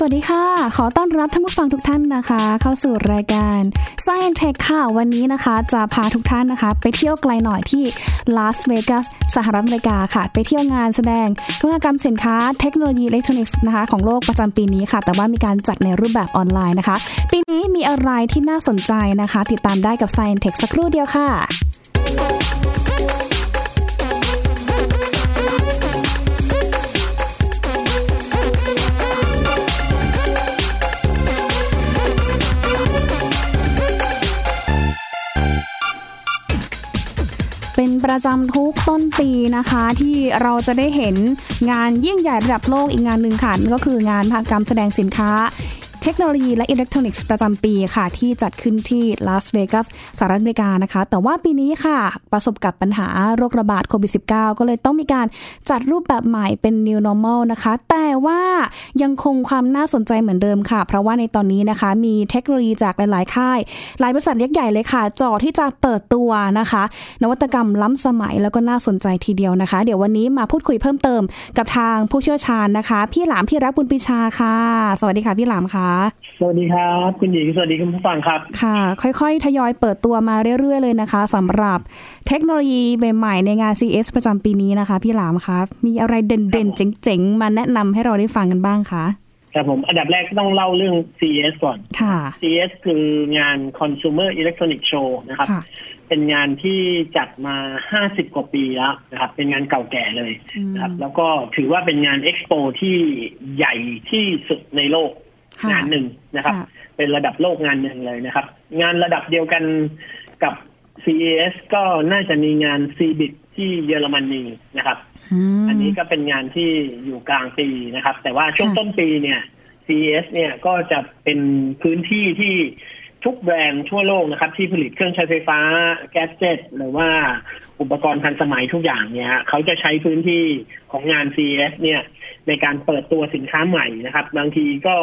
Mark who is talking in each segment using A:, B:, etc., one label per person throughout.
A: สวัสดีค่ะ ขอต้อนรับท่านผู้ฟังทุกท่านนะคะ เข้าสู่รายการ Science Tech ค่ะ วันนี้นะคะจะพาทุกท่านนะคะ ไปเที่ยวไกลหน่อยที่ลาสเวกัสสหรัฐอเมริกาค่ะ ไปเที่ยวงานแสดงนวัตกรรมสินค้าเทคโนโลยีอิเล็กทรอนิกส์นะคะของโลกประจำปีนี้ค่ะ แต่ว่ามีการจัดในรูปแบบออนไลน์นะคะ ปีนี้มีอะไรที่น่าสนใจนะคะ ติดตามได้กับ Science Tech สักครู่เดียวค่ะ เป็นประจำทุกต้นปีนะคะ ที่เราจะได้เห็นงานยิ่งใหญ่ระดับโลกอีกงานหนึ่งค่ะนั่นก็คืองานมหกรรมแสดงสินค้า เทคโนโลยีและอิเล็กทรอนิกส์ประจำปีค่ะ ที่จัดขึ้นที่ลาสเวกัสสหรัฐอเมริกานะคะ แต่ว่าปีนี้ค่ะ ประสบกับปัญหาโรคระบาดโควิด -19 ก็เลยต้องมีการจัดรูปแบบใหม่เป็น new normal นะคะ แต่ว่ายังคงความน่าสนใจเหมือนเดิมค่ะ เพราะว่าในตอนนี้นะคะมีเทคโนโลยีจากหลาย ๆ ค่าย หลายบริษัทยักษ์ใหญ่เลยค่ะจ่อที่จะเปิดตัวนะคะ นวัตกรรมล้ำสมัยแล้วก็น่าสนใจทีเดียวนะคะ เดี๋ยววันนี้มาพูดคุยเพิ่มเติมกับทางผู้เชี่ยวชาญนะคะ พี่หลามที่รักบุญปรีชาค่ะ สวัสดีค่ะพี่หลามค่ะ
B: สวัสดีครับคุณหญิงสวัสดีคุณผู้ฟังครับ
A: ค่ะ ค่อยๆ ทยอยเปิดตัวมาเรื่อยๆ เลยนะคะสำหรับเทคโนโลยีใหม่ๆ ในงาน CES ประจำปีนี้นะคะ พี่หลามครับ มีอะไรเด่นๆ เจ๋งๆ มาแนะนำให้เราได้ฟังกันบ้างคะ
B: ครับผมอันดับแรกต้องเล่าเรื่อง CES ก่อน
A: ค่ะ
B: CES คืองาน Consumer Electronic Show นะครับ
A: ค่ะ
B: เป็นงานที่จัดมา 50 กว่าปีแล้วนะครับ เป็นงานเก่าแก่เลย
A: อืม
B: นะครับ แล้วก็ถือว่าเป็นงานเอ็กซ์โปที่ใหญ่ที่สุดในโลก
A: ค่ะ
B: งานหนึ่งนะครับ
A: ค่ะ
B: เป็นระดับโลกงานหนึ่งเลยนะครับ งานระดับเดียวกันกับ CES ก็น่าจะมีงาน CBIT ที่เยอรมนีนะครับ
A: ม
B: อันนี้ก็เป็นงานที่อยู่กลางปีนะครับ แต่ว่าช่วง
A: ค่ะ
B: ต้นปีเนี่ย CES เนี่ยก็จะเป็นพื้นที่ที่ทุกแบรนด์ทั่วโลกนะครับ ที่ผลิตเครื่องใช้ไฟฟ้าแก๊สเจ็ตหรือว่าอุปกรณ์ทันสมัยทุกอย่างเนี่ยเขาจะใช้พื้นที่ของงาน CES เนี่ยในการเปิดตัวสินค้าใหม่นะครับ บางทีก็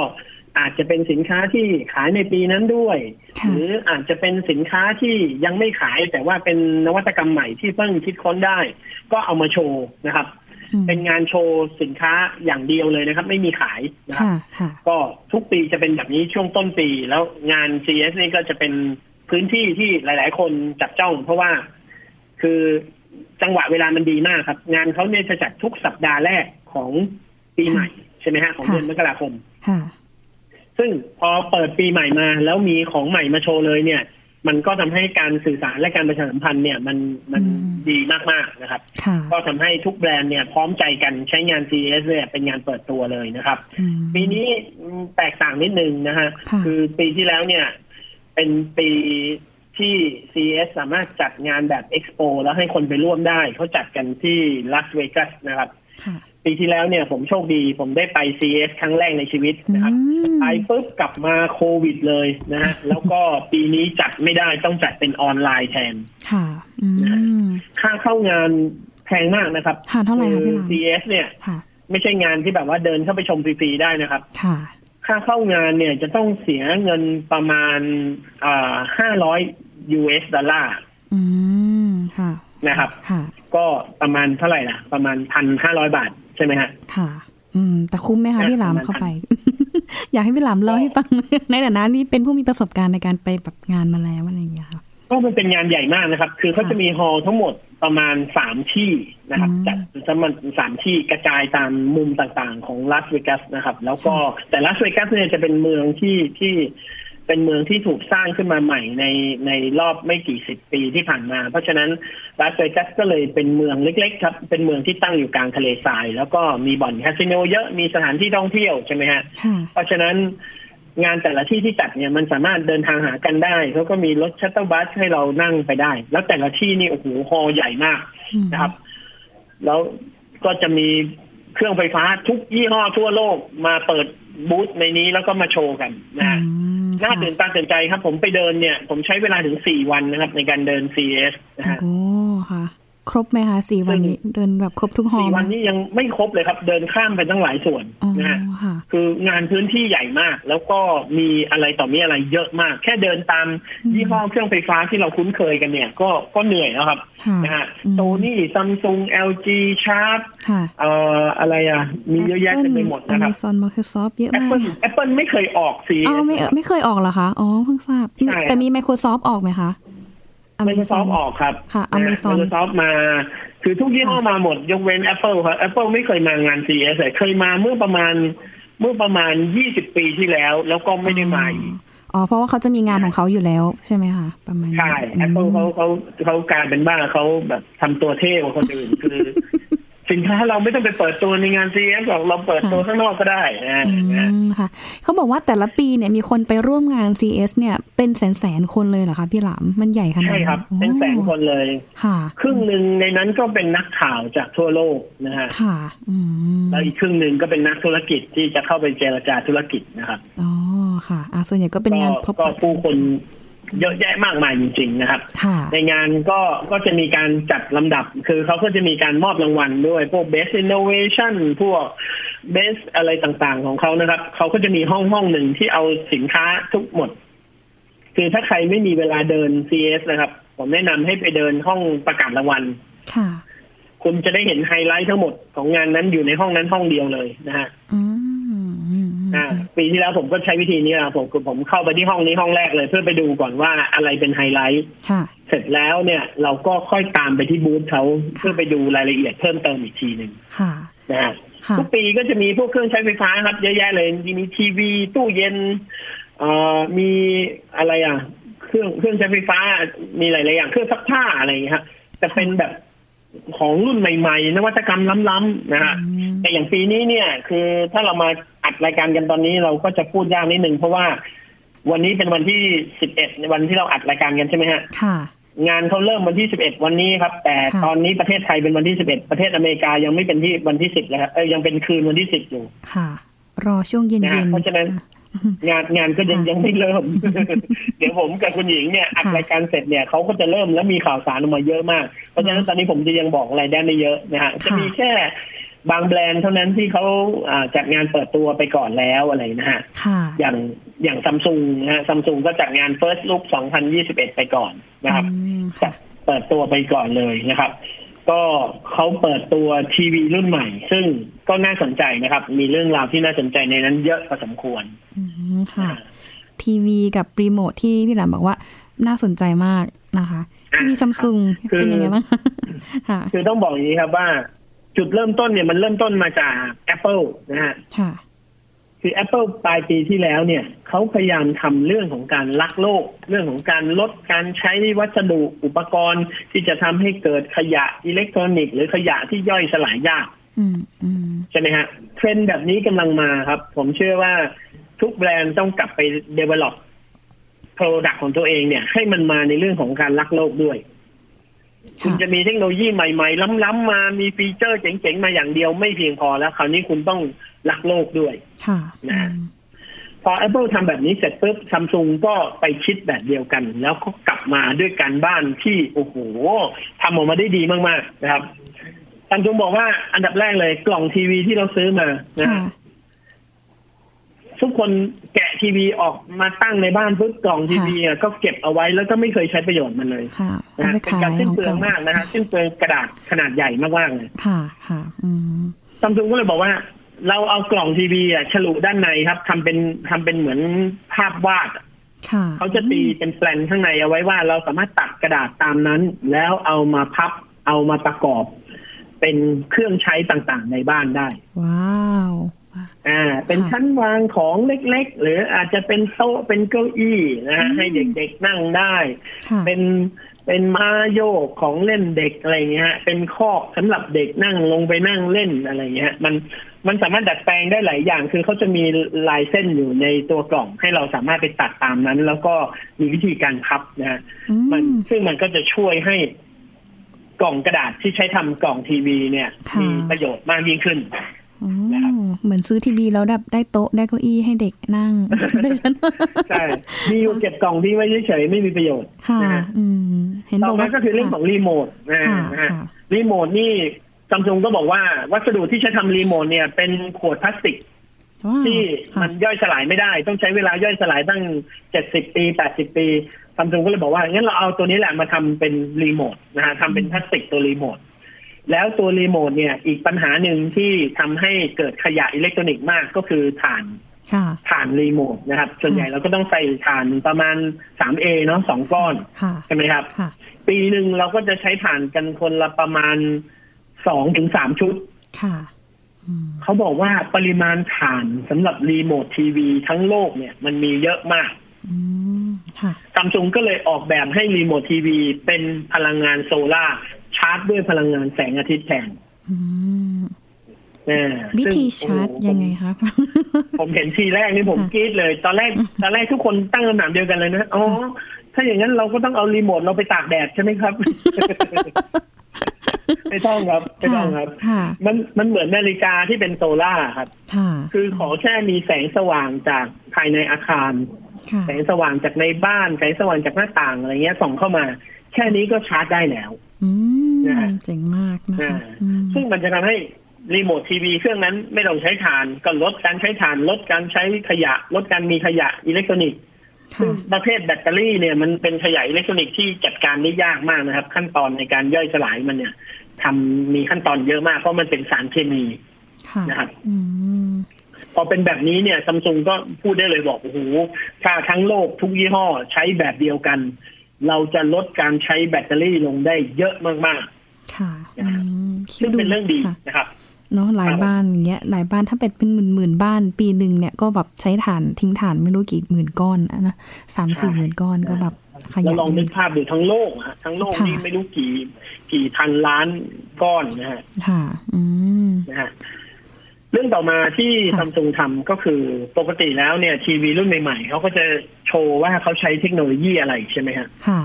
B: อาจจะเป็นสินค้าที่ขายในปีนั้นด้วย ห
A: ค่ะ
B: รืออาจจะเป็นสินค้าที่ยังไม่ขายแต่ว่าเป็นนวัตกรรมใหม่ที่เพิ่งคิดค้นได้ ก็เอามาโชว์นะครับ เป็นงานโชว์สินค้าอย่างเดียวเลยนะครับ ไม่มีขายนะครับ
A: ค่ะ ค่ะ
B: ก็ทุกปีจะเป็นแบบนี้ช่วงต้นปี แล้วงาน CS นี่ก็จะเป็นพื้นที่ที่หลาย ๆ คนจับจ้อง เพราะว่าคือจังหวะเวลามันดีมากครับ งานเขาเนี่ยจะจัดทุกสัปดาห์แรกของปีใหม่ ใช่ไหมฮะของ
A: ค่ะ
B: เดือนมกราคม
A: ค่ะ
B: ซึ่งพอเปิดปีใหม่มาแล้วมีของใหม่มาโชว์เลยเนี่ย มันก็ทำให้การสื่อสารและการประชาสัมพันธ์เนี่ยมันมัน
A: อืม
B: ดีมากๆนะครับ
A: ค่ะ
B: ก็ทำให้ทุกแบรนด์เนี่ยพร้อมใจกันใช้งาน CES เนี่ยเป็นงานเปิดตัวเลยนะครับ ปีนี้อืมแตกต่างนิดนึงนะฮะ
A: ค่ะ
B: อปีที่แล้วเนี่ย เป็นปีที่ CES สามารถจัดงานแบบเอ็กซ์โปแล้วให้คนไปร่วมได้เขาจัดกันที่ลาสเวกัสนะครับ
A: ค่ะ
B: ปีที่แล้วเนี่ยผมโชคดี ผมได้ไป CES ครั้งแรกในชีวิตนะครับ
A: อืม
B: ไปปุ๊บกลับมาโควิดเลยนะ ฮะ แล้วก็ปีนี้จัดไม่ได้ต้องจัดเป็นออนไลน์แทน
A: ค่ะ อืม
B: ค่าเข้างานแพงมากนะครับ
A: ค่ะเท่าไหร่คะ
B: คื
A: พี่
B: อ
A: หลาม
B: CS เนี่ย
A: ค่ะ
B: ไม่ใช่งานที่แบบว่าเดินเข้าไปชมฟรีๆได้นะครับ
A: ค่ะ
B: ค่าเข้างานเนี่ยจะต้องเสียเงินประมาณห้าร้อย US ดอลลาร์
A: อืม ค่ะ
B: นะครับ
A: ค่ะ
B: ก็ประมาณเท่าไหร่ล่ะ ประมาณพันห้าร้อยบาทใช่ไหมฮะ
A: ค่ะ อืม แต่คุ้มไหมคะ
B: นะ
A: พี่หลาม
B: ประมาณ
A: เข้าไป อยากให้พี่หลามเล่าให้ฟัง ในฐานะนี่เป็นผู้มีประสบการณ์ในการไปแบบงานมาแล้วอะไรอย่างเงี้ยค่ะ
B: ก็มันเป็นงานใหญ่มากนะครับ คือเขา
A: ค่ะ
B: จะมีฮอลล์ทั้งหมดประมาณสามที่นะครับ
A: อืม
B: จัดสมันสามที่กระจายตามมุมต่างๆของลาสเวกัสนะครับ แล้วก็แต่ลาสเวกัสเนี่ยจะเป็นเมืองที่ที่เป็นเมืองที่ถูกสร้างขึ้นมาใหม่ในในรอบไม่กี่สิบปีที่ผ่านมา เพราะฉะนั้นลาสเวกัสก็เลยเป็นเมืองเล็กๆครับ เป็นเมืองที่ตั้งอยู่กลางทะเลทราย แล้วก็มีบ่อนคาสิโนเยอะมีสถานที่ท่องเที่ยวใช่ไหมฮะ
A: ค่ะ
B: เพราะฉะนั้นงานแต่ละที่ที่จัดเนี่ยมันสามารถเดินทางหากันได้เขาก็มีรถชัตเตอร์บัสให้เรานั่งไปได้ แล้วแต่ละที่นี่โอ้โหฮอลล์ใหญ่มาก
A: อืม
B: นะครับ แล้วก็จะมีเครื่องไฟฟ้าทุกยี่ห้อทั่วโลกมาเปิดบูธในนี้แล้วก็มาโชว์กันนะฮะ
A: อืม
B: น่า
A: ค่ะ
B: ตื่นตาตื่นใจครับ ผมไปเดินเนี่ย ผมใช้เวลาถึงสี่วันนะครับ ในการเดิน CES นะฮะ
A: โอ้ค่ะ ครบไหมคะสี่วันนี้เดินแบบครบทุกหอ
B: สี่
A: ไหม
B: วันนี้ยังไม่ครบเลยครับ เดินข้ามไปตั้งหลายส่วน
A: อ๋อ
B: นะฮะ
A: ค่ะ
B: คืองานพื้นที่ใหญ่มาก แล้วก็มีอะไรต่อมีอะไรเยอะมาก แค่เดินตาม
A: อืม
B: ยี่ห้อเครื่องไฟฟ้าที่เราคุ้นเคยกันเนี่ย ก็ก็เหนื่อยแล้วครับ
A: ค่ะ
B: นะฮะ
A: อืม
B: โซนี่ซัมซุง LG ชาร์ป
A: ค่ะ
B: เอ่ออะไรอ่ะ มีเยอะแยะเต็มไปหมดนะครับ
A: ซอนมาค Amazon Microsoft เยอะมาก
B: Apple Apple ไม่เคยออกสี
A: อ๋อไม่เออไม่เคยออกเหรอคะ อ๋อเพิ่งทราบ
B: ใช่ครับ
A: แต่มี Microsoft ออกไหมคะ
B: ไม่เคยซอฟ
A: Amazon
B: ออกครับ
A: ค่ะ
B: นะฮะ
A: Amazon
B: Microsoft มา คือทุกยี่ห้อมาหมด ยกเว้น Apple ครับ Apple ไม่เคยมางาน CES เลยเคยมาเมื่อประมาณเมื่อประมาณ 20 ปีที่แล้ว แล้วก็ไม่ได้มาอีก
A: อ๋อ เพราะว่าเขาจะมีงานของเขาอยู่แล้วใช่ไหมคะ ประมาณนี้
B: ใช่ Apple เขาเขาเขากลารเป็นบ้าเขาแบบทำตัวเท่กว่าคน อื่น คือ สินค้าเราไม่ต้องไปเปิดตัวในงาน CES หรอกเราเปิดตัวข้างนอกก็ได้นะ
A: อื
B: นะ
A: มค่ะ เขาบอกว่าแต่ละปีเนี่ยมีคนไปร่วมงาน CS เนี่ยเป็นแสนแสนๆคนเลยเหรอคะพี่หลาม มันใหญ่ขนาด
B: ใช่
A: นั้น
B: ครับ เป็นแสนคนเลย
A: ค่ะ
B: ครึ่งหนึ่งในนั้นก็เป็นนักข่าวจากทั่วโลกนะฮะ
A: ค่ะ อืม
B: แล้วอีกครึ่งหนึ่งก็เป็นนักธุรกิจที่จะเข้าไปเจรจาธุรกิจนะครับ
A: อ๋อ ค่ะ อ่ะส่วนใหญ่ก็เป็น
B: ก็
A: งานพบ
B: ก็
A: ปะ
B: ผู้คนเยอะแยะมากมายจริง ๆ นะครับ
A: ค่ะ
B: ในงานก็ก็จะมีการจัดลำดับ คือเขาก็จะมีการมอบรางวัลด้วย พวก best innovation พวก best อะไรต่างๆของเขานะครับ เขาก็จะมีห้องห้องหนึ่งที่เอาสินค้าทุกหมด คือถ้าใครไม่มีเวลาเดิน CS นะครับ ผมแนะนำให้ไปเดินห้องประกาศรางวัล
A: ค่ะ
B: คุณจะได้เห็นไฮไลท์ทั้งหมดของงานนั้นอยู่ในห้องนั้นห้องเดียวเลยนะฮะ
A: อืมอืมอืม
B: อ่าปีที่แล้วผมก็ใช้วิธีนี้นะผมคือผมเข้าไปที่ห้องนี้ห้องแรกเลย เพื่อไปดูก่อนว่าอะไรเป็นไฮไลท์
A: ค่ะ
B: เสร็จแล้วเนี่ยเราก็ค่อยตามไปที่บูธเขา
A: ค่ะ
B: เพื่อไปดูรายละเอียดเพิ่มเติมอีกทีหนึ่ง
A: ค่ะ
B: นะฮะ
A: ค่ะ
B: ทุกปีก็จะมีพวกเครื่องใช้ไฟฟ้าครับเยอะแยะเลยมีทีวี ตู้เย็นเอ่อมีอะไรอ่ะ เครื่องเครื่องใช้ไฟฟ้ามีหลาย ๆ อย่างเครื่องซักผ้าอะไรอย่างเงี้ยครับจะเป็นแบบของรุ่นใหม่ ๆ นวัตกรรมล้ำๆนะฮะ
A: อืม
B: แต่อย่างปีนี้เนี่ยคือถ้าเรามาอัดรายการกันตอนนี้เราก็จะพูดยากนิดนึงเพราะว่าวันนี้เป็นวันที่สิบเอ็ดวันที่เราอัดรายการกันใช่ไหมฮะ
A: ค่ะ
B: งานเขาเริ่มวันที่ 11 วันนี้ครับ แต่
A: ค่ะ
B: ตอนนี้ประเทศไทยเป็นวันที่ 11 ประเทศอเมริกายังไม่เป็นที่วันที่ 10เลยครับเอ้ยยังเป็นคืนวันที่ 10 อยู่
A: ค่ะ รอช่วงเย็น
B: นะ
A: เย็
B: ฮะ
A: น
B: เพราะฉะนั้น งานงานก็ยัง
A: ค่ะ
B: ยังไม่เริ่ม เดี๋ยวผมกับคุณหญิงเนี่ยอัด
A: ค่ะ
B: รายการเสร็จเนี่ยเขาก็จะเริ่มแล้วมีข่าวสารออกมาเยอะมาก เพราะฉะนั้นตอนนี้ผมจะยังบอกอะไรได้ไม่เยอะนะฮะจะมี
A: ค่ะ
B: แค่บางแบรนด์เท่านั้นที่เขาอ่าจัดงานเปิดตัวไปก่อนแล้วอะไรนะฮะ
A: ค่ะ
B: อย่างอย่างซัมซุงนะฮะซัมซุงก็จัดงาน First Look 2021 ไปก่อนนะครับ
A: อืม
B: จั
A: ค่ะ
B: ดเปิดตัวไปก่อนเลยนะครับ ก็เขาเปิดตัวทีวีรุ่นใหม่ ซึ่งก็น่าสนใจนะครับ มีเรื่องราวที่น่าสนใจในนั้นเยอะพอสมควร
A: อืมค่ะ ทีวีกับรีโมทที่พี่หลานบอกว่าน่าสนใจมากนะคะ ทีวีซัมซุง
B: คือ
A: เป็นยังไงบ้าง ค่ะ
B: คือต้องบอกอย่างนี้ครับว่า จุดเริ่มต้นเนี่ยมันเริ่มต้นมาจาก Apple นะฮะ
A: ค่ะ
B: คือ Apple ปลายปีที่แล้วเนี่ยเขาพยายามทำเรื่องของการรักโลก เรื่องของการลดการใช้วัสดุอุปกรณ์ ที่จะทำให้เกิดขยะอิเล็กทรอนิกส์หรือขยะที่ย่อยสลายยาก
A: อืมอืม
B: ใช่ไหมฮะเทรนด์แบบนี้กำลังมาครับ ผมเชื่อว่าทุกแบรนด์ต้องกลับไป develop product ของตัวเองเนี่ย ให้มันมาในเรื่องของการรักโลกด้วย คุ
A: ค่ะ
B: ณจะมีเทคโนโลยีใหม่ๆ ล้ำๆมามีฟีเจอร์เจ๋งๆ มาอย่างเดียวไม่เพียงพอแล้ว คราวนี้คุณต้องรักโลกด้วย
A: ค่ะ
B: นะ พอ Apple ทำแบบนี้เสร็จปุ๊บซัมซุงก็ไปคิดแบบเดียวกัน แล้วก็กลับมาด้วยการบ้านที่โอ้โหทำออกมาได้ดีมากๆนะครับซัมซุงบอกว่าอันดับแรกเลยกล่องทีวีที่เราซื้อมานะ
A: ค่ะ
B: ฮะ ทุกคนแกะทีวีออกมาตั้งในบ้านปุ๊บกล่องทีวีอะก็เก็บเอาไว้แล้วก็ไม่เคยใช้ประโยชน์มันเลย
A: ค่ะ
B: นะ
A: เอา
B: ฮะ
A: ไป
B: เป็น
A: ขาย
B: การสิ้น
A: ของ
B: เปลือง
A: เก่าม
B: มากนะฮะสิ้นเปลืองกระดาษขนาดใหญ่มากๆเลย
A: ค่ะ ค่ะ อืม
B: ซัมซุงก็เลยบอกว่า เราเอากล่องทีวีอะฉลุด้านในครับทำเป็นทำเป็นเหมือนภาพวาดอะ
A: ค่ะ
B: เขาจะตีเป็นแปลนข้างในเอาไว้ว่าเราสามารถตัดกระดาษตามนั้น แล้วเอามาพับเอามาประกอบ เป็นเครื่องใช้ต่างๆ ในบ้านได้
A: ว้าวว้าว
B: อ่าเป็น
A: ค่ะ
B: ชั้นวางของเล็กๆ หรืออาจจะเป็นโต๊ะเป็นเก้าอี้นะฮะ
A: อืม
B: ให้เด็กๆนั่งได้
A: ค่ะ
B: เป็นเป็นม้าโยกของเล่นเด็กอะไรเงี้ยฮะเป็นคอกสำหรับเด็กนั่งลงไปนั่งเล่นอะไรเงี้ยมันมันสามารถดัดแปลงได้หลายอย่าง คือเขาจะมีลายเส้นอยู่ในตัวกล่องให้เราสามารถไปตัดตามนั้น แล้วก็มีวิธีการพับนะฮะ
A: อื
B: มัน
A: ม
B: ซึ่งมันก็จะช่วยให้กล่องกระดาษที่ใช้ทำกล่องทีวีเนี่ย
A: ค่ะ
B: มีประโยชน์มากยิ่งขึ้น
A: อ๋อ
B: นะครับ
A: เหมือนซื้อทีวีแล้วแบบได้โต๊ะได้เก้าอี้ให้เด็กนั่ง ได้ฉัน
B: ใช่มีอยู่เก็บกล่องที่ไว้เฉยๆไม่มีประโยชน์
A: ค่ะ
B: นะฮะ
A: อืม เห็น
B: ต่
A: บ
B: อ
A: อก
B: มา
A: ว่า
B: ก็คือเรื่องของรีโมทนะ
A: ค่ะ
B: นะ
A: ค่ะ
B: ฮะ
A: ค่ะ
B: รีโมทนี่ซัมซุงก็บอกว่าวัสดุที่ใช้ทำรีโมทเนี่ยเป็นขวดพลาสติก
A: ว้าว
B: ที่
A: ค่ะ
B: มันย่อยสลายไม่ได้ ต้องใช้เวลาย่อยสลายตั้งเจ็ดสิบปีแปดสิบปีซัมซุงก็เลยบอกว่างั้นเราเอาตัวนี้แหละมาทำเป็นรีโมทนะฮะทำเป็นพลาสติกตัวรีโมทแล้วตัวรีโมทเนี่ยอีกปัญหาหนึ่งที่ทำให้เกิดขยะอิเล็กทรอนิกส์มากก็คือถ่าน
A: ค่ะ
B: ถ่านรีโมทนะครับ ส่วนใหญ่เราก็ต้องใส่ถ่านประมาณ 3A เนาะสองก้อน
A: ค่ะ
B: ใช่ไหมครับ
A: ค่ะ
B: ปีหนึ่งเราก็จะใช้ถ่านกันคนละประมาณสองถึงสามชุด
A: ค่ะอืม
B: เขาบอกว่าปริมาณถ่านสำหรับรีโมททีวีทั้งโลกเนี่ยมันมีเยอะมาก
A: อืมค่ะ
B: ซัมซุงก็เลยออกแบบให้รีโมททีวีเป็นพลังงานโซลา่าร์ชาร์จด้วยพลังงานแสงอาทิตย์แทน
A: อืม
B: อ่า
A: วิธี
B: ซึ่ง
A: ชาร์จ
B: โอ้โห
A: ยังไงคะ
B: ผมเห็นทีแรกนี่ผม
A: ค่ะ
B: กรี๊ดเลย ตอนแรกตอนแรกทุกคนตั้งคำถามเดียวกันเลยนะอ๋อถ้าอย่างนั้นเราก็ต้องเอารีโมทเราไปตากแดดใช่ไหม ครับ ไม่ต้องครับไม่ต้องครับ
A: ค่ะ
B: มันมันเหมือนนาฬิกาที่เป็นโซล่าร์ครับ
A: ค่ะ
B: คือขอแค่มีแสงสว่างจากภายในอาคาร
A: ค่ะ
B: แสงสว่างจากในบ้านแสงสว่างจากหน้าต่างอะไรเงี้ยส่องเข้ามา แค่นี้ก็ชาร์จได้แล้ว
A: อืม
B: นะฮะ
A: เจ๋งมากนะ
B: อ่า
A: คะอืม
B: ซึ่งมันจะทำให้รีโมททีวีเครื่องนั้นไม่ต้องใช้ถ่าน ก็ลดการใช้ถ่าน ลดการใช้ขยะ ลดการมีขยะอิเล็กทรอนิกส์ซึ่
A: ค่ะ
B: งประเภทแบตเตอรี่เนี่ยมันเป็นขยะอิเล็กทรอนิกส์ที่จัดการได้ยากมากนะครับ ขั้นตอนในการย่อยสลายมันเนี่ยทำมีขั้นตอนเยอะมากเพราะมันเป็นสารเคมี
A: ค่ะ
B: นะครับ
A: อืม
B: พอเป็นแบบนี้เนี่ยซัมซุงก็พูดได้เลยบอกโอ้โหถ้าทั้งโลกทุกยี่ห้อใช้แบบเดียวกัน เราจะลดการใช้แบตเตอรี่ลงได้เยอะมาก
A: ค่ะอืม
B: ๆ
A: คิด
B: ซึ่ง
A: ดู
B: เป็นเรื่องดี
A: ค่ะ
B: นะครับ
A: เนาะหลาย
B: ครับ
A: บ้านอย่างเงี้ยหลายบ้านถ้าเป็นเป็นหมื่นหมื่นๆบ้าน ปีหนึ่งเนี่ยก็แบบใช้ฐานทิ้งฐานไม่รู้กี่หมื่นก้อนอะนะสามสี่หมื่นก้อนก็แบบข
B: เรา
A: ยะ
B: ลองนึกภาพดูทั้งโลกอะฮะทั้งโลก
A: ค่ะ
B: นี่ไม่รู้กี่กี่พันล้านก้อนนะฮะ
A: ค่ะ อืม
B: นะฮะเรื่องต่อมาที่
A: ค่ะ
B: ซัมซุงทำก็คือปกติแล้วเนี่ย ทีวีรุ่นใหม่ๆเขาก็จะโชว์ว่าเขาใช้เทคโนโลยีอะไรใช่ไหมฮะ
A: ค่ะ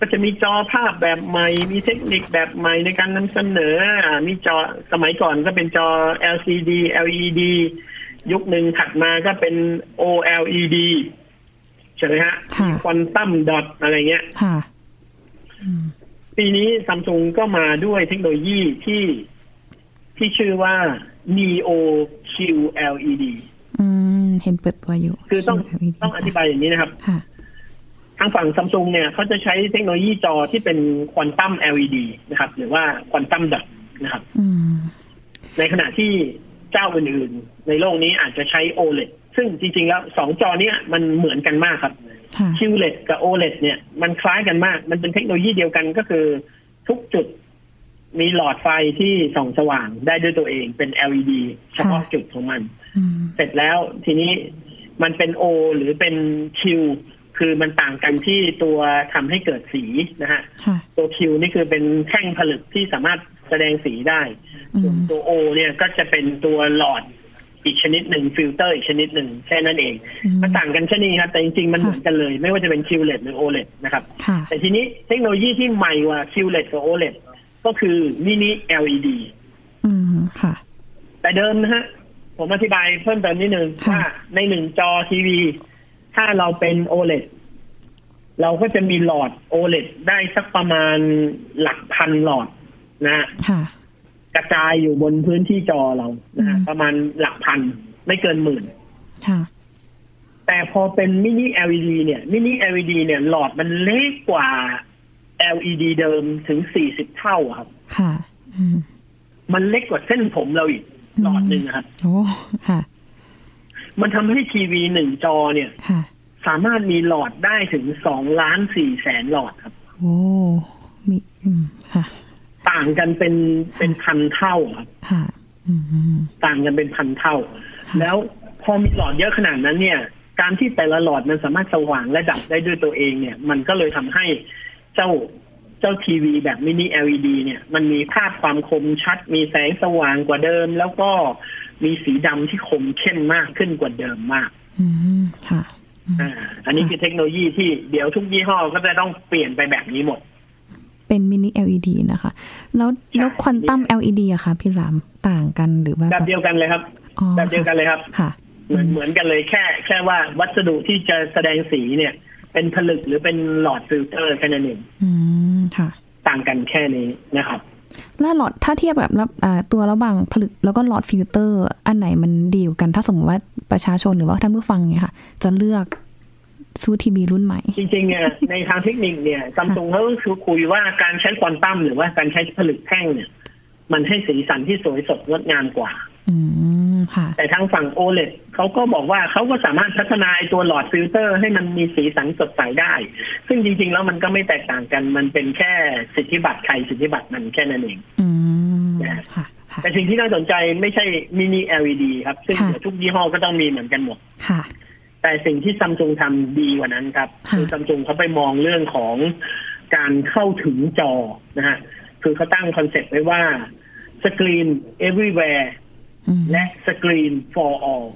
B: ก็จะมีจอภาพแบบใหม่ มีเทคนิคแบบใหม่ในการนำเสนออ่ามีจอสมัยก่อนก็เป็นจอ LCD LED ยุคหนึ่งถัดมาก็เป็น OLED ใช่ไหมฮะ
A: ค่ะ
B: มีควอนตัมดอทอะไรเงี้ย
A: ค่ะอืม
B: ปีนี้ซัมซุงก็มาด้วยเทคโนโลยีที่ที่ชื่อว่า Neo QLED
A: อืมเห็นเปิดตัวอยู่
B: คือต้อง
A: ชื่ LED
B: ต้องอธิบายอย่างนี้นะครับ
A: ค่ะ
B: ทางฝั่งซัมซุงเนี่ยเขาจะใช้เทคโนโลยีจอที่เป็นควอนตัม LED นะครับ หรือว่าควอนตัมดอทนะครับ
A: อืม
B: ในขณะที่เจ้าอื่นๆ ในโลกนี้อาจจะใช้ OLED ซึ่งจริง ๆ แล้วสองจอเนี้ยมันเหมือนกันมากครับ
A: ค่ะ
B: QLED กับ OLED เนี่ยมันคล้ายกันมาก มันเป็นเทคโนโลยีเดียวกันก็คือ ทุกจุดมีหลอดไฟที่ส่องสว่างได้ด้วยตัวเองเป็น LED เฉพาะจุดของมัน
A: อืม
B: เสร็จแล้วทีนี้มันเป็น O หรือเป็น Q คือมันต่างกันที่ตัวทำให้เกิดสีนะฮะ
A: ค่ะ
B: ตัว Q นี่คือเป็นแท่งผลึกที่สามารถแสดงสีได้
A: อื
B: ส่วน
A: ม
B: ตัวโอเนี่ยก็จะเป็นตัวหลอดอีกชนิดหนึ่งฟิลเตอร์อีกชนิดหนึ่งแค่นั้นเอง
A: อืม
B: มันต่างกันแค่นี้ครับ แต่จริงๆ มันเหมือนกันเลย ไม่ว่าจะเป็น QLED หรือ OLED นะครับ
A: ค่ะ
B: แต่ทีนี้เทคโนโลยีที่ใหม่กว่า QLED กับ OLED ก็คือมินิ LED
A: อืม ค่ะ
B: แต่เดิมนะฮะ ผมอธิบายเพิ่มเติมนิดนึง
A: ค่ะ
B: ว่าในหนึ่งจอทีวี ถ้าเราเป็น OLED เราก็จะมีหลอด OLED ได้สักประมาณหลักพันหลอดนะฮะ
A: ค่ะ
B: กระจายอยู่บนพื้นที่จอเรานะฮะ
A: อืม
B: ประมาณหลักพันไม่เกินหมื่น
A: ค่ะ
B: แต่พอเป็นมินิ LED เนี่ยมินิ LED เนี่ยหลอดมันเล็กกว่า LED เดิมถึง 40 เท่าอะครับ
A: ค่ะ อืม
B: มันเล็กกว่าเส้นผมเราอีก
A: อืม
B: หลอดหนึ่งอะครับ
A: โอ้ค่ะ
B: มันทำให้ทีวีหนึ่งจอเนี่ย
A: ค่ะ
B: สามารถมีหลอดได้ถึงสองล้านสี่แสนหลอดครับ
A: โอ้มีอืม ค่ะ
B: ต่างกันเป็นเป็นพันเท่าครับ
A: ค่ะ อืม
B: ต่างกันเป็นพันเท่า
A: ค่ะ
B: แล้วพอมีหลอดเยอะขนาดนั้นเนี่ย การที่แต่ละหลอดมันสามารถสว่างและดับได้ด้วยตัวเองเนี่ย มันก็เลยทำให้เจ้าเจ้าทีวีแบบมินิ LED เนี่ย มันมีภาพความคมชัด มีแสงสว่างกว่าเดิม แล้วก็มีสีดำที่คมเข้มมากขึ้นกว่าเดิมมาก
A: อืม ค่ะอืม
B: อ่า อันนี้
A: ค่ะ
B: คือเทคโนโลยีที่เดี๋ยวทุกยี่ห้อก็จะต้องเปลี่ยนไปแบบนี้หมด
A: เป็นมินิ LED นะคะ แล้ว
B: ใช่
A: แล้วควอนตัม LED อะคะพี่หลามต่างกันหรือว่า
B: แบบเดียวกันเลยครับ
A: อ๋อ
B: แบบเดียวกันเลยครับ
A: ค่ะ
B: เหมือนเหมือนกันเลยแค่แค่ว่าวัสดุที่จะแสดงสีเนี่ย เป็นผลึกหรือเป็นหลอดฟิลเตอร์แค่นั้นเอง
A: อืม ค่ะ
B: ต่างกันแค่นี้นะครับ
A: แล้วหลอดถ้าเทียบกับระอ่าตัวระบังผลึกแล้วก็หลอดฟิลเตอร์ อันไหนมันดีกว่ากัน ถ้าสมมติว่าประชาชนหรือว่าท่านผู้ฟังเนี่ยค่ะ จะเลือกซูทีบีรุ่นใหม่
B: จริงๆเนี่ย ในทางเทคนิคเนี่ยซัมซุงเขาคือคุยว่าการใช้ควอนตัมหรือว่าการใช้ผลึกแท่งเนี่ย มันให้สีสันที่สวยสดงดงามกว่า
A: อืมค่ะ
B: แต่ทางฝั่ง OLED เขาก็บอกว่าเขาก็สามารถพัฒนาไอ้ตัวหลอดฟิลเตอร์ให้มันมีสีสันสดใสได้ ซึ่งจริงๆ แล้วมันก็ไม่แตกต่างกัน มันเป็นแค่สิทธิบัตรใครสิทธิบัตรมันแค่นั้นเอง
A: อืมค่ะค่ะ
B: แต่สิ่งที่น่าสนใจไม่ใช่มินิ LED ครับ ซึ่ง
A: ค่ะ
B: เดี๋ยวทุกยี่ห้อก็ต้องมีเหมือนกันหมด
A: ค่ะ
B: แต่สิ่งที่ซัมซุงทำดีกว่านั้นครับ
A: ค่ะ
B: ซัมซุงเขาไปมองเรื่องของการเข้าถึงจอนะฮะคือเขาตั้งคอนเซ็ปต์ไว้ว่า screen everywhere
A: อืม
B: และ screen for all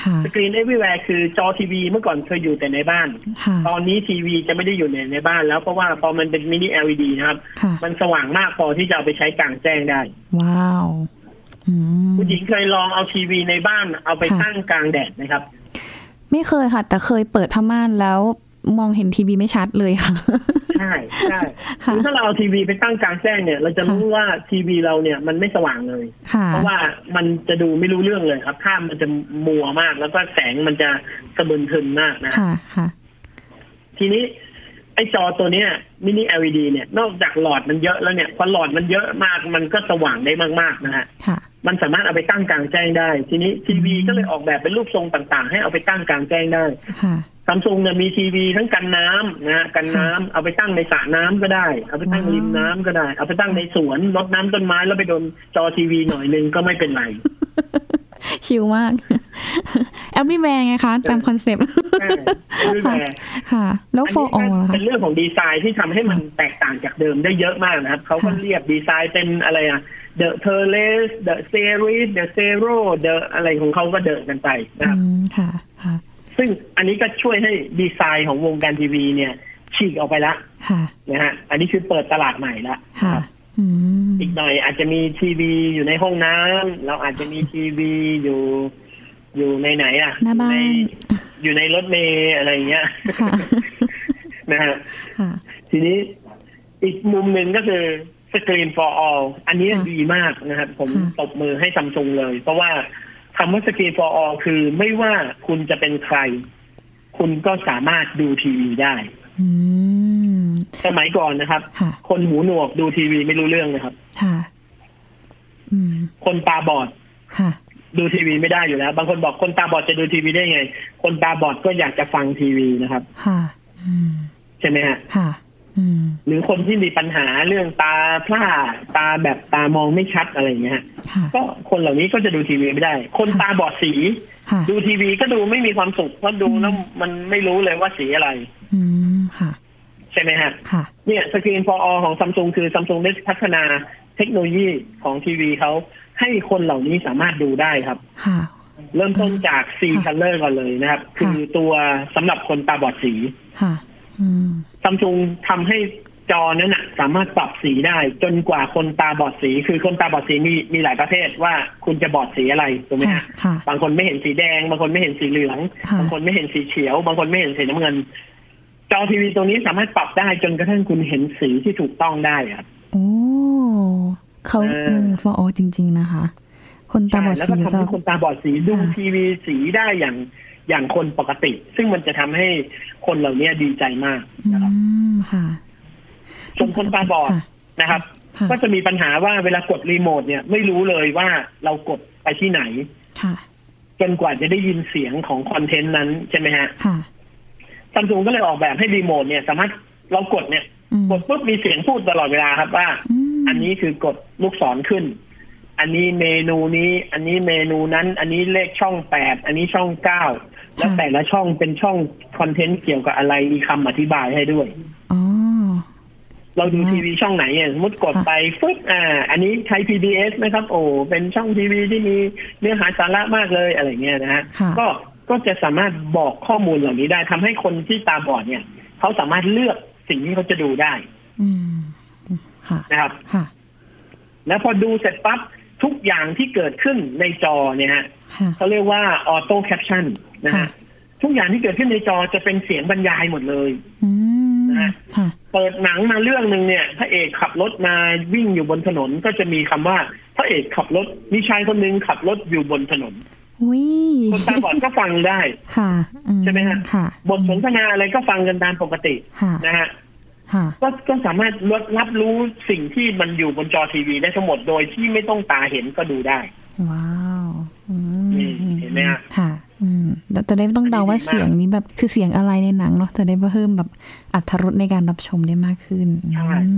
A: ค่ะ
B: สกรีน everywhere คือจอทีวีเมื่อก่อนเคยอยู่แต่ในบ้าน
A: ค่ะ
B: ตอนนี้ทีวีจะไม่ได้อยู่ในในบ้านแล้วเพราะว่าพอมันเป็นมินิ LED นะครับ
A: ค่ะ
B: มันสว่างมากพอที่จะเอาไปใช้กลางแจ้งได้
A: ว้าวอืม
B: คุณหญิงเคยลองเอาทีวีในบ้านเอาไป
A: ค่ะ
B: ตั้งกลางแดดนะครับ
A: ไม่เคยค่ะ แต่เคยเปิดผ้าม่านแล้วมองเห็นทีวีไม่ชัดเลยค่ะ
B: ใช่ใช่
A: ค่ะ
B: คือถ้าเราเอาทีวีไปตั้งกลางแจ้งเนี่ย เราจะรู้ว่าทีวีเราเนี่ยมันไม่สว่างเลย
A: ค่ะ
B: เพราะว่ามันจะดูไม่รู้เรื่องเลยครับภาพมันจะมัวมาก แล้วก็แสงมันจะสะบึนทึนมากนะ
A: ค่ะ ค่ะ
B: ทีนี้ไอ้จอตัวเนี้ยมินิ LED เนี่ยนอกจากหลอดมันเยอะแล้วเนี่ยพอหลอดมันเยอะมากมันก็สว่างได้มากๆนะฮะ
A: ค่ะ
B: มันสามารถเอาไปตั้งกลางแจ้งได้ ทีนี้ทีวีก็เลยออกแบบเป็นรูปทรงต่างๆ ให้เอาไปตั้งกลางแจ้งได้
A: ค่ะ
B: ซัมซุงเนี่ยมีทีวีทั้งกันน้ำนะฮะกันน้ำเอาไปตั้งในสระน้ำก็ได้ เอาไปตั้งริมน้ำก็ได้ เอาไปตั้งในสวนรดน้ำต้นไม้แล้วไปโดนจอทีวีหน่อยนึงก็ไม่เป็น ไร
A: ชิลมาก แอป y ี h แวร์ไงคะ ตามคอนเซปต์
B: ใช่ไม่เป็นไร
A: ค่ะ แล้ว
B: อัน
A: for
B: นี้
A: all ล่ะ
B: เป็
A: คะ
B: นเรื่องของดีไซน์ที่ทำให้มันแตกต่างจากเดิมได้เยอะมากนะครับ เขาก็
A: ค่ะ
B: เรียบดีไซน์เป็นอะไรอะ The t e r l e s The Series The Zero The อะไรของเขาก็เดินกันไปนะ
A: อื
B: ครับ
A: ม ค่ะ ค่ะ
B: ซึ่งอันนี้ก็ช่วยให้ดีไซน์ของวงการทีวีเนี่ยฉีกออกไปละ
A: ค่ะ
B: นะฮะ อันนี้คือเปิดตลาดใหม่ละ
A: ค่ะ
B: ครับ
A: อืม
B: อีกหน่อยอาจจะมีทีวีอยู่ในห้องน้ำเราอาจจะมีทีวีอยู่ อยู่ในไหนอะ
A: หน้าบ้าน
B: อยู่ในรถเมล์อะไรอย่างเงี้ย
A: ค่ะ
B: นะฮะ
A: ค่ะ
B: ทีนี้อีกมุมหนึ่งก็คือสกรีน for all อันนี้
A: ค่ะ
B: ดีมากนะครับ ผม
A: ค่ะ
B: ตบมือให้ซัมซุงเลย เพราะว่าคำว่าสกรีน for all คือไม่ว่าคุณจะเป็นใคร คุณก็สามารถดูทีวีได้
A: อืม
B: สมัยก่อนนะครับ
A: ค่ะ
B: คนหูหนวกดูทีวีไม่รู้เรื่องนะครับ
A: ค่ะ อืม
B: คนตาบอด
A: ค่ะ
B: ดูทีวีไม่ได้อยู่แล้ว บางคนบอกคนตาบอดจะดูทีวีได้ไง คนตาบอดก็อยากจะฟังทีวีนะครับ
A: ค่ะ อืม
B: ใช่ไหมฮะ
A: ค่ะ อืม
B: หรือคนที่มีปัญหาเรื่องตาพร่าตาแบบตามองไม่ชัดอะไรอย่างเงี้ยฮะ
A: ค่ะ
B: ก็คนเหล่านี้ก็จะดูทีวีไม่ได้ คนตาบอดสี
A: ค่ะ
B: ดูทีวีก็ดูไม่มีความสุขเพราะดูแล้ว
A: อืม
B: มันไม่รู้เลยว่าสีอะไร
A: อืม ค่ะ
B: ใช่ไหมฮะ
A: ค่ะ
B: เนี่ยสกรีน for all ของซัมซุงคือซัมซุงได้พัฒนาเทคโนโลยีของทีวีเขาให้คนเหล่านี้สามารถดูได้ครับ
A: ค่ะ
B: เริ่มต้นจาก C
A: ค่ะ
B: color ก่อนเลยนะครับ คือตัวสำหรับคนตาบอดสี
A: ค่ะ อืม
B: ซัมซุงทำให้จอนั้นนะสามารถปรับสีได้ จนกว่าคนตาบอดสี คือคนตาบอดสีมีมีหลายประเภทว่าคุณจะบอดสีอะไรถูกไหม
A: ค่ะ
B: ฮะ
A: ค่ะ
B: บางคนไม่เห็นสีแดง บางคนไม่เห็นสีเหลือง
A: ค่ะ
B: บางคนไม่เห็นสีเขียว บางคนไม่เห็นสีน้ำเงิน จอทีวีตัวนี้สามารถปรับได้จนกระทั่งคุณเห็นสีที่ถูกต้องได้ครับ
A: โอ้เขา
B: เออ
A: เออ for all จริง ๆ นะคะ คนตาบอด
B: ใช่
A: สี
B: แล้วก็ทำ
A: จะ
B: ให้คนตาบอดสีดู
A: ค่ะ
B: ทีวีสีได้อย่างอย่างคนปกติ ซึ่งมันจะทำให้คนเหล่านี้ดีใจมาก
A: อื
B: นะครับ
A: ม ค่ะ
B: ส่วนคนตาบอด
A: ค่ะ
B: นะครับ
A: ค่ะ
B: ก็จะมีปัญหาว่าเวลากดรีโมทเนี่ยไม่รู้เลยว่าเรากดไปที่ไหน
A: ค่ะ
B: จนกว่าจะได้ยินเสียงของคอนเทนต์นั้นใช่ไหมฮะ
A: ค่ะ
B: ซัมซุงก็เลยออกแบบให้รีโมทเนี่ยสามารถเรากดเนี่ย
A: อืม
B: กดปุ๊บมีเสียงพูดตลอดเวลาครับว่า
A: ม
B: อันนี้คือกดลูกศรขึ้น อันนี้เมนูนี้ อันนี้เมนูนั้น อันนี้เลขช่องแปดอันนี้ช่องเก้าแล้วแต่ละช่องเป็นช่องคอนเทนต์เกี่ยวกับอะไรมีคำอธิบายให้ด้วย
A: อ๋อ
B: เราดู
A: อืม
B: ทีวีช่องไหนเนี่ยสมมติกด
A: ค่ะ
B: ไปฟึ๊บอ่า อันนี้ไทย PBS นะครับ โอ้เป็นช่องทีวีที่มีเนื้อหาสาระมากเลยอะไรเงี้ยนะฮะ
A: ค่ะ
B: ก็ก็จะสามารถบอกข้อมูลเหล่านี้ได้ทำให้คนที่ตาบอดเนี่ยเขาสามารถเลือกสิ่งที่เขาจะดูได้
A: อืม ค่ะ
B: นะครับ
A: ค่ะ
B: แล้วพอดูเสร็จปั๊บทุกอย่างที่เกิดขึ้นในจอเนี่ยฮะ
A: ค่ะ
B: เขาเรียกว่าออโต้แคปชั่นนะ
A: ค่ะ
B: ฮะทุกอย่างที่เกิดขึ้นในจอจะเป็นเสียงบรรยายหมดเลย
A: อืม
B: นะฮะ
A: ค่ะ
B: เปิดหนังมาเรื่องหนึ่งเนี่ยพระเอกขับรถมาวิ่งอยู่บนถนนก็จะมีคำว่าพระเอกขับรถมีชายคนหนึ่งขับรถอยู่บนถน น
A: อุ้ย
B: คนตาบอดก็ฟังได้
A: ค่ะอื
B: ใช่ไหมฮะ
A: ค่ะ
B: บทสนทนาอะไรก็ฟังกันตามปกติ
A: ค่ะ
B: นะฮะ
A: ค่ะ
B: ก็ก็สามารถลดรับรู้สิ่งที่มันอยู่บนจอทีวีได้ทั้งหมดโดยที่ไม่ต้องตาเห็นก็ดูได้
A: ว้าวอืม
B: นี่เห็นไหมฮะ
A: ค่ะ อืมเดี๋ยวจะได้ไม่ต้องเดาว่า
B: อันนี้ดีมาก
A: เสียงนี้แบบคือเสียงอะไรในหนังเนาะจะได้เพิ่มแบบอรรถรสในการรับชมได้มากขึ้นอื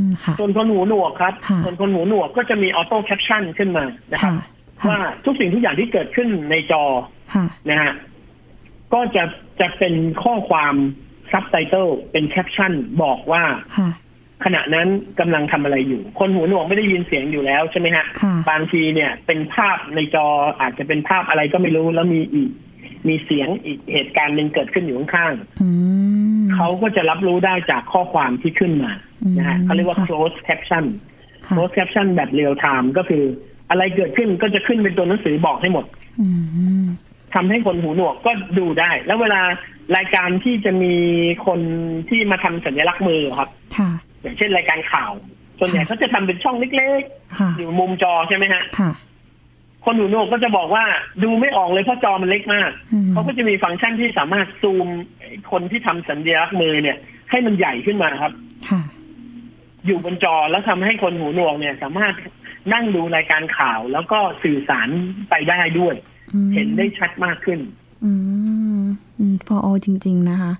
A: มค่ะ
B: ส่วนคนหูหนวกครับ
A: ค่ะ
B: ส่วนคนหูหนวกก็จะมีออโต้แคปชั่นขึ้นมานะครับ
A: ค่ะค่ะ
B: ว่าทุกสิ่งทุกอย่างที่เกิดขึ้นในจอ
A: ค่ะ
B: นะฮะก็จะจะเป็นข้อความซับไตเติลเป็นแคปชั่นบอกว่า
A: ค่ะ
B: ขณะนั้นกำลังทำอะไรอยู่ คนหูหนวกไม่ได้ยินเสียงอยู่แล้วใช่ไหมฮะ
A: ค่ะ
B: บางทีเนี่ย เป็นภาพในจออาจจะเป็นภาพอะไรก็ไม่รู้แล้วมีอีก มีเสียงอีกเหตุการณ์หนึ่งเกิดขึ้นอยู่ข้าง
A: อืม
B: ๆเขาก็จะรับรู้ได้จากข้อความที่ขึ้นมานะฮะ
A: อืม
B: เขาเรียกว่า
A: ค่ะ
B: close caption
A: ค่ะ
B: close caption แบบ real time ก็คือ อะไรเกิดขึ้นก็จะขึ้นเป็นตัวหนังสือบอกให้หมด
A: อืม
B: ทำให้คนหูหนวกก็ดูได้ แล้วเวลารายการที่จะมีคนที่มาทำสัญลักษณ์มือครับ
A: ค่ะ
B: อย่างเช่นรายการข่าว ส่วนใหญ่เขาจะทำเป็นช่องเล็ก
A: ค่ะ
B: ๆ อยู่มุมจอใช่ไหมฮะ
A: ค่ะ
B: คนหูหนวกก็จะบอกว่าดูไม่ออกเลยเพราะจอมันเล็กมาก
A: อืม
B: เขาก็จะมีฟังก์ชันที่สามารถซูมคนที่ทำสัญลักษณ์มือเนี่ย ให้มันใหญ่ขึ้นมาครับ
A: ค่ะ
B: อยู่บนจอแล้วทำให้คนหูหนวกเนี่ย สามารถนั่งดูรายการข่าว แล้วก็สื่อสารไปได้ด้วย
A: อืม
B: เห็นได้ชัดมากขึ้น
A: อืมอืม for all จริง ๆ นะคะ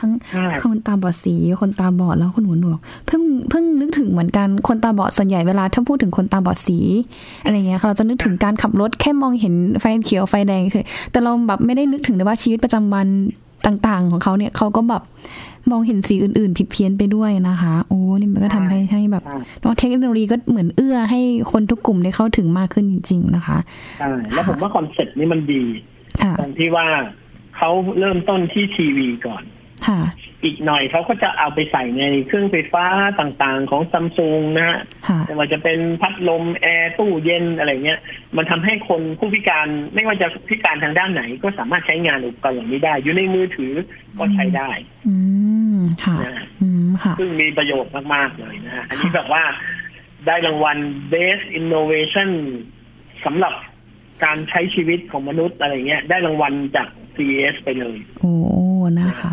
A: ทั้ง
B: ใช่
A: คนตาบอดสี คนตาบอดแล้วคนหูหนวก เพิ่งเพิ่งนึกถึงเหมือนกัน คนตาบอดส่วนใหญ่เวลาถ้าพูดถึงคนตาบอดสี อะไรเงี้ยค่ะเราจะนึกถึงการขับรถแค่มองเห็นไฟเขียวไฟแดงเฉยแต่เราแบบไม่ได้นึกถึงเลยว่าชีวิตประจำวันต่างๆ ของเขาเนี่ยเขาก็แบบมองเห็นสีอื่นๆ ผิดเพี้ยนไปด้วยนะคะ โอ้นี่มันก็ทำให้ให้แบบ
B: อ่า
A: เนาะเทคโนโลยีก็เหมือนเอื้อให้คนทุกกลุ่มได้เข้าถึงมากขึ้นจริง ๆ นะคะ
B: ใช่แล้วผมว่าคอนเซ็ปต์นี้มันดี
A: ค่ะ
B: ตรงที่ว่าเขาเริ่มต้นที่ทีวีก่อน
A: ค่ะ
B: อีกหน่อยเขาก็จะเอาไปใส่ในเครื่องไฟฟ้าต่างๆของซัมซุงนะฮะ
A: ค่ะ
B: ไม่ว่าจะเป็นพัดลมแอร์ตู้เย็นอะไรเงี้ย มันทำให้คนผู้พิการไม่ว่าจะพิการทางด้านไหน ก็สามารถใช้งานอุปกรณ์เหล่านี้ได้ อยู่ในมือถือก็ใช้ได้
A: อืม ค่ะ
B: นะฮะ
A: อืม ค่ะ
B: ซึ่งมีประโยชน์มากๆเลยนะฮะอันนี้แบบว่าได้รางวัล Best Innovation สำหรับการใช้ชีวิตของมนุษย์อะไรเงี้ย ได้รางวัลจาก CES ไปเลย
A: โอ้ นะคะ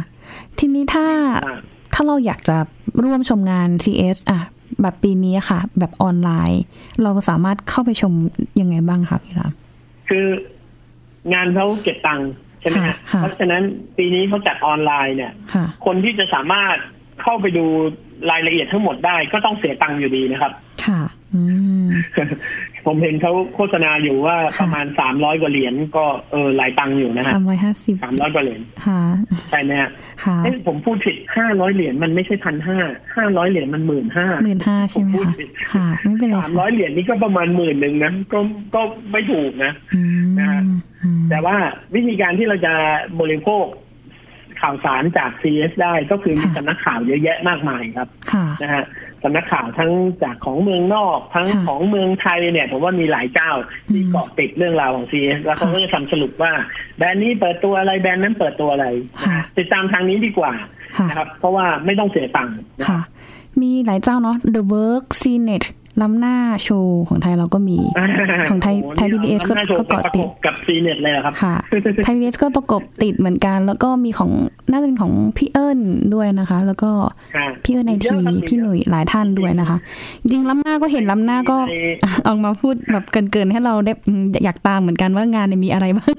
A: ทีนี้ถ้า
B: อ่า
A: ถ้าเราอยากจะร่วมชมงาน CS อ่ะ แบบปีนี้ค่ะ แบบออนไลน์ เราสามารถเข้าไปชมยังไงบ้างคะพี่ราม
B: คืองานเขาเก็บตังค์ใช่ไหมฮะ
A: ค่ะ
B: เพราะฉะนั้นปีนี้เขาจัดออนไลน์เนี่ย
A: ค่ะ
B: คนที่จะสามารถเข้าไปดูรายละเอียดทั้งหมดได้ก็ต้องเสียตังค์อยู่ดีนะครับ
A: ค่ะ อืม
B: ผมเห็นเขาโฆษณาอยู่ว่าประมาณสามร้อยกว่าเหรียญก็เออหลายตังค์อยู่นะฮะ
A: สามร้อยห้าสิบ
B: สามร้อยกว่าเหรียญ
A: ค่ะ
B: ใช่ไหมฮะ
A: ค่ะ
B: เอ้ยผมพูดผิดห้าร้อยเหรียญมันไม่ใช่พันห้าห้าร้อยเหรียญมันหมื่นห้า
A: หมื่นห้าใช่ไหมคะ ค่ะ ไม่เป็นไร
B: สามร้
A: ค่ะ
B: อยเหรียญนี่ก็ประมาณหมื่นหนึ่งนะก็ก็ไม่ถูกนะ
A: อืมอืม
B: แต่ว่าวิธีการที่เราจะบริโภคข่าวสารจาก CS ได้ก็คือมีสำนักข่าวเยอะแยะมากมายครับ
A: ค่ะ
B: นะฮะสำนักข่าวทั้งจากของเมืองนอก ทั้ง
A: ค่ะ
B: ของเมืองไทยเนี่ยผมว่ามีหลายเจ้าที่
A: อืม
B: เกาะติดเรื่องราวของ CS แล้วเขา
A: ค่ะ
B: ก็จะทำสรุปว่า แบรนด์นี้เปิดตัวอะไรแบรนด์นั้นเปิดตัวอะไร
A: ค่ะ
B: นะฮะติดตามทางนี้ดีกว่า
A: ค่ะ
B: นะครับ เพราะว่าไม่ต้องเสียตังค์นะ
A: ค่ะ มีหลายเจ้าเนาะ The Work c n e t ล้ำหน้าโชว์ของไทยเราก็มี ของไทย
B: โโห
A: ไทย
B: นี่
A: PBS ก็
B: อำนจโชว์
A: ก็เกาะติด
B: กับซีเน็ตเลยเหรอครับ
A: ค่ะ ไทยเวสก็ประกบติดเหมือนกัน แล้วก็มีของน่าจะเป็นของพี่เอิญด้วยนะคะ แล้วก็
B: ค่ะ
A: พี่เอิญไอ
B: เย
A: ที
B: อะครับ
A: พี่หนุ่ยหลายท่านด้วยนะคะ จริงๆล้ำหน้าก็เห็นล้ำหน้าก็
B: ใน
A: ออกมาพูดแบบเกินๆให้เราได้อืมอยากตามเหมือนกันว่างานเนี่ยมีอะไรบ้าง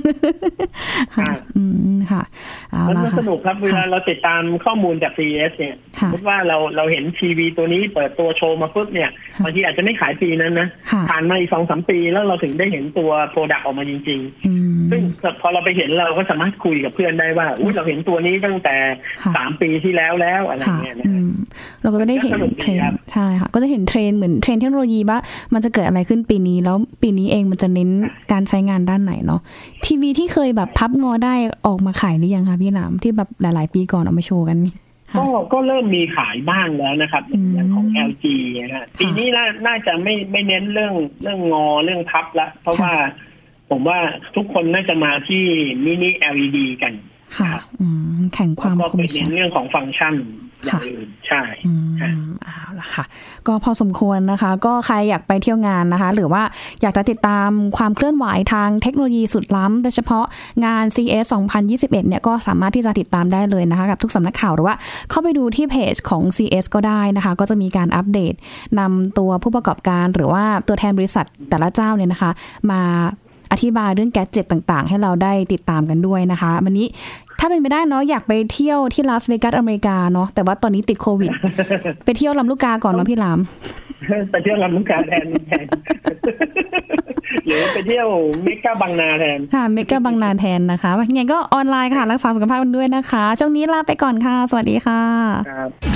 A: ค่ะ อืมค่ะเอา
B: มัน
A: ละ
B: ก็
A: ค่ะ
B: สนุกครับเวลา
A: ค่ะ
B: เราติดตามข้อมูลจาก CES เนี่ยส
A: ค่ะ
B: มมติว่าเราเราเห็นทีวีตัวนี้เปิดตัวโชว์มาปุ๊บเนี่ย
A: ค่ะ
B: บางทีอาจจะไม่ขายปีนั้นนะ
A: ค่ะ
B: ผ่านมาอีกสองสามปีแล้วเราถึงได้เห็นตัวโปรดักต์ออกมาจริง
A: อืม
B: ๆ ซึ่งพอเราไปเห็นเราก็สามารถคุยกับเพื่อนได้ว่าอุ้ยเราเห็นตัวนี้ตั้งแต่
A: ค่ะ
B: สามปีที่แล้วแล้วอะไร
A: ค่ะ
B: เงี้ยนะ
A: อืมเราก็จะได้เห็น
B: แล้วสนุกดี
A: เทรน
B: ครับ
A: ด์ใช่ค่ะ ก็จะเห็นเทรนด์เหมือนเทรนด์เทคโนโลยีว่ามันจะเกิดอะไรขึ้นปีนี้ แล้วปีนี้เองมันจะเน้นการใช้งานด้านไหนเนาะทีวีที่เคยแบบพับงอได้ออกมาขายหรือยังคะพี่หนามที่แบบหลาย ๆ ปีก่อนเอามาโชว์กัน ค่ะ
B: ก็ก็เริ่มมีขายบ้างแล้วนะครับ
A: อืม
B: อย่างของ LG นะฮะปีนี้น่าน่าจะไม่ไม่เน้นเรื่องเรื่องงอเรื่องพับละเพราะ
A: ค่ะ
B: ว่าผมว่าทุกคนน่าจะมาที่มินิ LED กัน
A: ค่ะ
B: ครับ
A: อืมแข่งความ
B: ก็
A: คม
B: เป็นใน
A: ชัด
B: เรื่องของฟังก์ชันอย่าง
A: ค่ะ
B: อื่นใช่
A: อืมเอาละค่ะ ก็พอสมควรนะคะ ก็ใครอยากไปเที่ยวงานนะคะ หรือว่าอยากจะติดตามความเคลื่อนไหวทางเทคโนโลยีสุดล้ำโดยเฉพาะงาน CES 2021 เนี่ยก็สามารถที่จะติดตามได้เลยนะคะ กับทุกสำนักข่าวหรือว่าเข้าไปดูที่เพจของ CES ก็ได้นะคะ ก็จะมีการอัปเดตนำตัวผู้ประกอบการหรือว่าตัวแทนบริษัทแต่ละเจ้าเนี่ยนะคะ มาอธิบายเรื่องแกดเจ็ตต่างๆ ให้เราได้ติดตามกันด้วยนะคะ วันนี้ถ้าเป็นไปได้เนาะอยากไปเที่ยวที่ลาสเวกัสอเมริกาเนาะแต่ว่าตอนนี้ติดโควิด ไปเที่ยวลำลูกกาก่อนเนาะพี่หลาม
B: ไปเที่ยวลำลูกกาแทนแทน หรือไปเที่ยวเมกาบางนาแทน
A: ค่ะเมกะบางนาแทนนะคะยังไงก็ออนไลน์ค่ะ รักษาสุขภาพกันด้วยนะคะ ช่วงนี้ลาไปก่อนค่ะ สวัสดีค่ะ
B: ครับ